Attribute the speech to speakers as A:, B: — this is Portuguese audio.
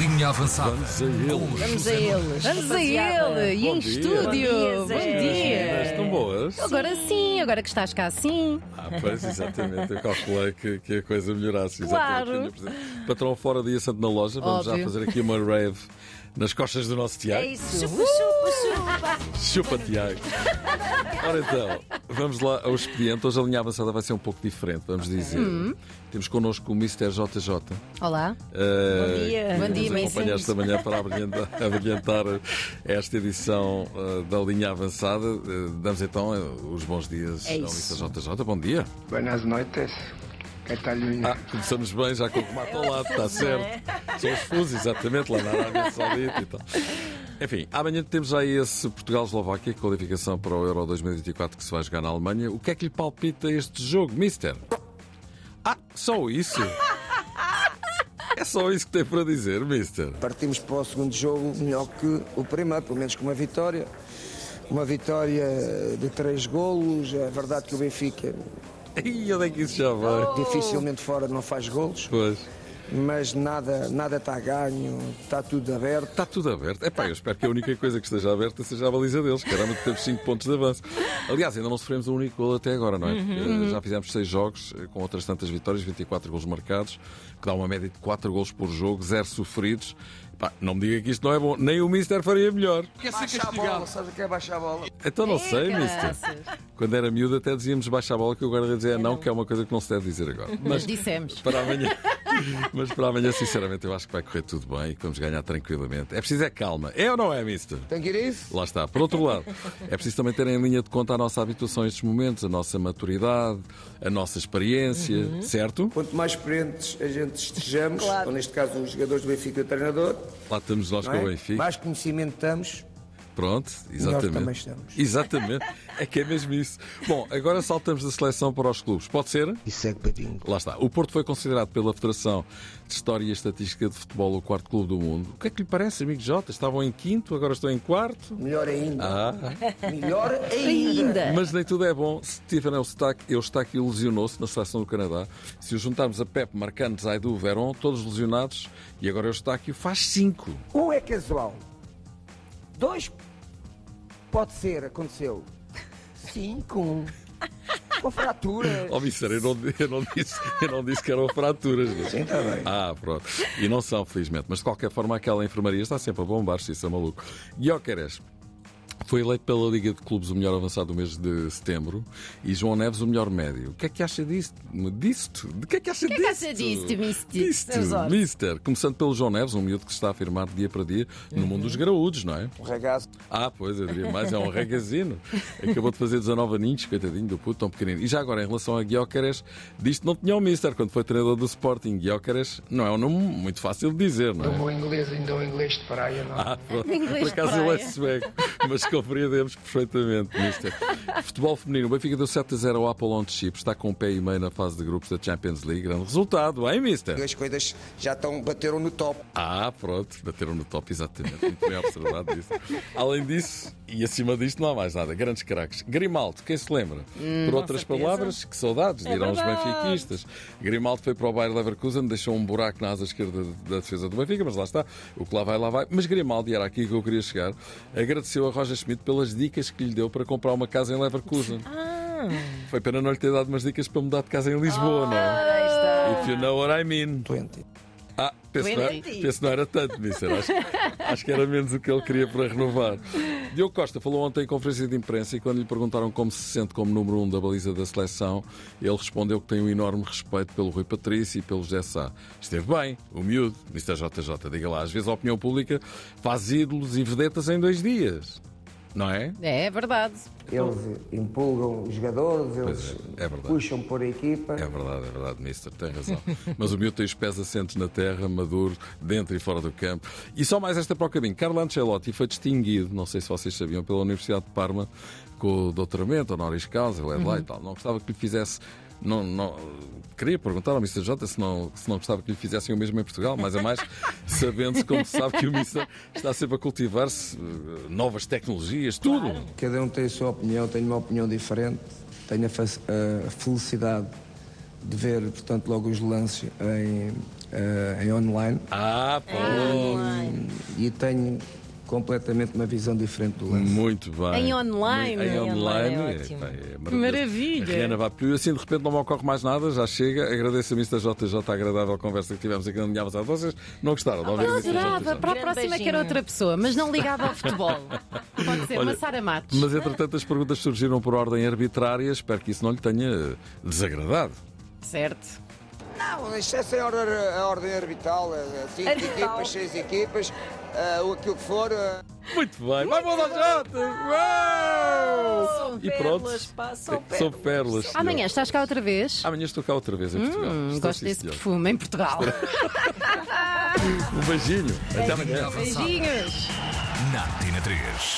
A: Linha avançada.
B: Vamos a ele.
A: Com
C: Vamos a
A: José Nunes.
C: eles.
D: Vamos a
C: rapaziada.
D: ele! E
B: Bom
D: em
B: dia.
D: estúdio!
C: Bom dia, Zé.
D: Bom
B: Mas
D: dia!
B: estão boas?
D: Agora sim, agora que estás cá sim.
B: Ah, pois, exatamente. Eu calculei que, que a coisa melhorasse.
D: Claro.
B: Exatamente. Tinha presente. Patrão fora dia santo na loja. Vamos já
D: Óbvio.
B: fazer aqui uma rave nas costas do nosso
C: É
B: Tiago.
C: isso. Chupa, chupa, chupa.
B: Chupa, Tiago. Ora então, vamos lá ao expediente. Hoje a linha avançada vai ser um pouco diferente, vamos dizer.
C: Hum.
B: Temos connosco o Mr. JJ.
D: Olá.
B: eh,
C: Bom dia.
B: que
D: Bom dia,
B: nos acompanha
D: Mason.
B: esta manhã para abrilhantar, abrilhantar esta edição eh, da linha avançada. Eh, damos então eh, os bons dias
C: É
B: ao
C: isso.
B: Mr. JJ. Bom dia.
E: Buenas noites, Cataluña.
B: Ah, começamos bem, já com o remate ao lado, está
C: é?
B: certo. São os fusos, exatamente, lá na Arábia Saudita e tal. Enfim, amanhã temos aí esse Portugal-Eslováquia, qualificação para o Euro 2024 que se vai jogar na Alemanha. O que é que lhe palpita este jogo, mister? Ah, só isso? É só isso que tem para dizer, mister?
F: Partimos para o segundo jogo melhor que o primeiro, pelo menos com uma vitória. Uma vitória de três golos. É verdade que o Benfica
B: E onde é que isso já vai?
F: dificilmente fora não faz golos,
B: Pois,
F: mas nada, nada está ganho, está tudo aberto.
B: está tudo aberto. Epá, eu espero que a única coisa que esteja aberta seja a baliza deles. Caramba, que temos 5 pontos de avanço. Aliás, ainda não sofremos um único gol até agora, não é? Eh, Já fizemos 6 jogos, eh, com outras tantas vitórias, 24 golos marcados, que dá uma média de 4 golos por jogo, 0 sofridos. Epá, não me diga que isto não é bom. Nem o Mister faria melhor.
F: Baixa a bola, sabes o Assim que é baixar a bola?
B: Então não sei, Mister.
D: Caraças.
B: Quando era miúdo até dizíamos baixa a bola, que o guarda dizia não, que é uma coisa que não se deve dizer agora.
D: Mas dissemos.
B: para amanhã. Mas para amanhã, sinceramente, eu acho que vai correr tudo bem e que vamos ganhar tranquilamente. É preciso é calma. É ou não é, mister?
F: Tem que ir a isso?
B: Lá está. Por outro lado, é preciso também terem em linha de conta a nossa habituação a estes momentos, a nossa maturidade, a nossa experiência,
F: Uhum.
B: certo?
F: Quanto mais experientes a gente estejamos, ou neste caso os jogadores do Benfica e o treinador,
B: Lá estamos nós
F: não
B: com o
F: é?
B: Benfica.
F: mais conhecimento estamos,
B: Pronto,
F: também
B: exatamente.
F: estamos.
B: Exatamente. É que é mesmo isso. Bom, agora saltamos da seleção para os clubes. Pode ser?
F: e segue para bingo.
B: Lá está. O Porto foi considerado pela Federação de História e Estatística de Futebol o quarto clube do mundo. O que é que lhe parece, amigo Jota? Estavam em quinto, agora estão em quarto.
F: Melhor ainda,
B: Ah,
F: melhor ainda.
D: Ainda!
B: mas nem tudo é bom. Stephen Eustáquio, Eustáquio lesionou-se na seleção do Canadá. Se o juntarmos a Pep, Marcano, Zaidu, Verón, todos lesionados, e agora é Eustáquio faz cinco.
F: Um é casual. Dois pode ser, aconteceu. Cinco. um. Com fratura.
B: Ó, Mister, eu não, eu não disse, eu não disse que eram fraturas. não.
F: Sim, está bem.
B: Ah, pronto. E não são, felizmente. Mas de qualquer forma, aquela enfermaria está sempre a bombar, se isso é maluco. Guioqueres. Foi eleito pela Liga de Clubes o melhor avançado do mês de setembro e João Neves o melhor médio. O que é que acha disto? Disto? De que é que acha
D: O que é que acha disto, Mister?
B: Mister, Mister, começando pelo João Neves, um miúdo que se está a afirmar dia para dia no mundo dos graúdos, não é?
F: O ragazzo.
B: Ah, pois, eu diria mais, é um regazino. Acabou de fazer 19 aninhos, coitadinho do puto, tão pequenino. E já agora, em relação a Guiócaras, disto não tinha o Mister quando foi treinador do Sporting. Guiócaras não é um nome muito fácil de dizer, não
E: Eu
B: é?
E: vou inglês, ainda o inglês de praia, não.
B: Ah, pronto.
D: Inglês
B: Por
D: de
B: acaso ele é
D: praia.
B: sueco, mas compreendemos perfeitamente, Mister. Futebol feminino, o Benfica deu 7 a 0 ao Apollon de Chipre, está com um pé e meio na fase de grupos da Champions League. Grande resultado, hein, Mister?
F: As coisas já estão, bateram no top.
B: Ah, pronto, bateram no top, exatamente. Muito bem observado isso. Além disso, e acima disto, não há mais nada. Grandes craques. Grimaldo, quem se lembra? Por outras palavras, que saudades, dirão os
D: verdade.
B: benfiquistas. Grimaldo foi para o Bayer Leverkusen, deixou um buraco na asa esquerda da defesa do Benfica, mas lá está. O que lá vai, lá vai. Mas Grimaldo, e era aqui que eu queria chegar, agradeceu a Roger Schmidt pelas dicas que lhe deu para comprar uma casa em Leverkusen. Foi pena não lhe ter dado umas dicas para mudar de casa em Lisboa, não
D: Ah.
B: é?
C: Aí está.
B: If you know what I mean.
F: Doente.
B: Ah, penso, não era,
D: Twenty.
B: penso não era tanto, Mister. Acho, acho que era menos o que ele queria para renovar. Diogo Costa falou ontem em conferência de imprensa e quando lhe perguntaram como se sente como número um da baliza da seleção, ele respondeu que tem um enorme respeito pelo Rui Patrício e pelo José Sá. Esteve bem, humilde, Mr. JJ, diga lá. Às vezes a opinião pública faz ídolos e vedetas em dois dias, não é?
D: É, é verdade.
F: Eles empolgam os jogadores,
B: Pois
F: eles
B: é, é verdade.
F: puxam por a equipa.
B: É verdade, é verdade, Mister, tem razão. Mas o miúdo tem os pés assentes na terra, maduro, dentro e fora do campo. E só mais esta para o caminho. Carlo Ancelotti foi distinguido, não sei se vocês sabiam, pela Universidade de Parma com o doutoramento, honoris causa, ele é de lá e tal. Não gostava que lhe fizesse. Não, não- queria perguntar ao Mr. J se não, se não gostava que lhe fizessem o mesmo em Portugal, mais a mais, sabendo-se como se sabe que o Mister está sempre a cultivar-se eh, novas tecnologias, tudo.
F: Cada um tem a sua opinião, tenho uma opinião diferente. Tenho a, fa- a felicidade de ver, portanto, logo os lances em, eh, em online
B: Ah, Paulo!
F: e tenho completamente uma visão diferente do lance.
B: Muito bem.
D: Em online.
B: Em
D: Em
B: online.
A: online é
B: é,
A: ótimo.
B: pá, é maravilhoso.
A: Maravilha.
B: A Rihanna vai pro- Assim, de repente, não me ocorre mais nada, já chega. Agradeço a Mr. JJ a agradável conversa que tivemos aqui na minha avançada. Vocês não gostaram de ouvir
D: Eu
B: o Mr.
D: adorava.
B: JJ?
D: Para a
A: Grande
D: próxima que
A: beijinho.
D: era outra pessoa, mas não ligava ao futebol. Pode ser
B: Olha,
D: uma Sara Matos.
B: Mas, entretanto, as perguntas surgiram por ordem arbitrária. Espero que isso não lhe tenha desagradado.
D: Certo.
F: Não, isto é sem ordem, a ordem arbitral, eh, cinco
A: Arbitral.
F: equipas, seis equipas, eh, o aquilo que for. eh,
B: Muito bem. Vai, bola Jota! Uau!
A: São
B: E pronto.
A: pérolas, pá, são
B: São
A: pérolas.
B: pérolas. senhor.
D: Amanhã estás cá outra vez?
B: Amanhã estou cá outra vez em Portugal.
D: Hum,
B: Estou,
D: gosto
B: sim,
D: desse
B: senhor.
D: perfume em Portugal.
B: Um beijinho. Até amanhã.
D: Beijinhos.
G: Na Tina 3.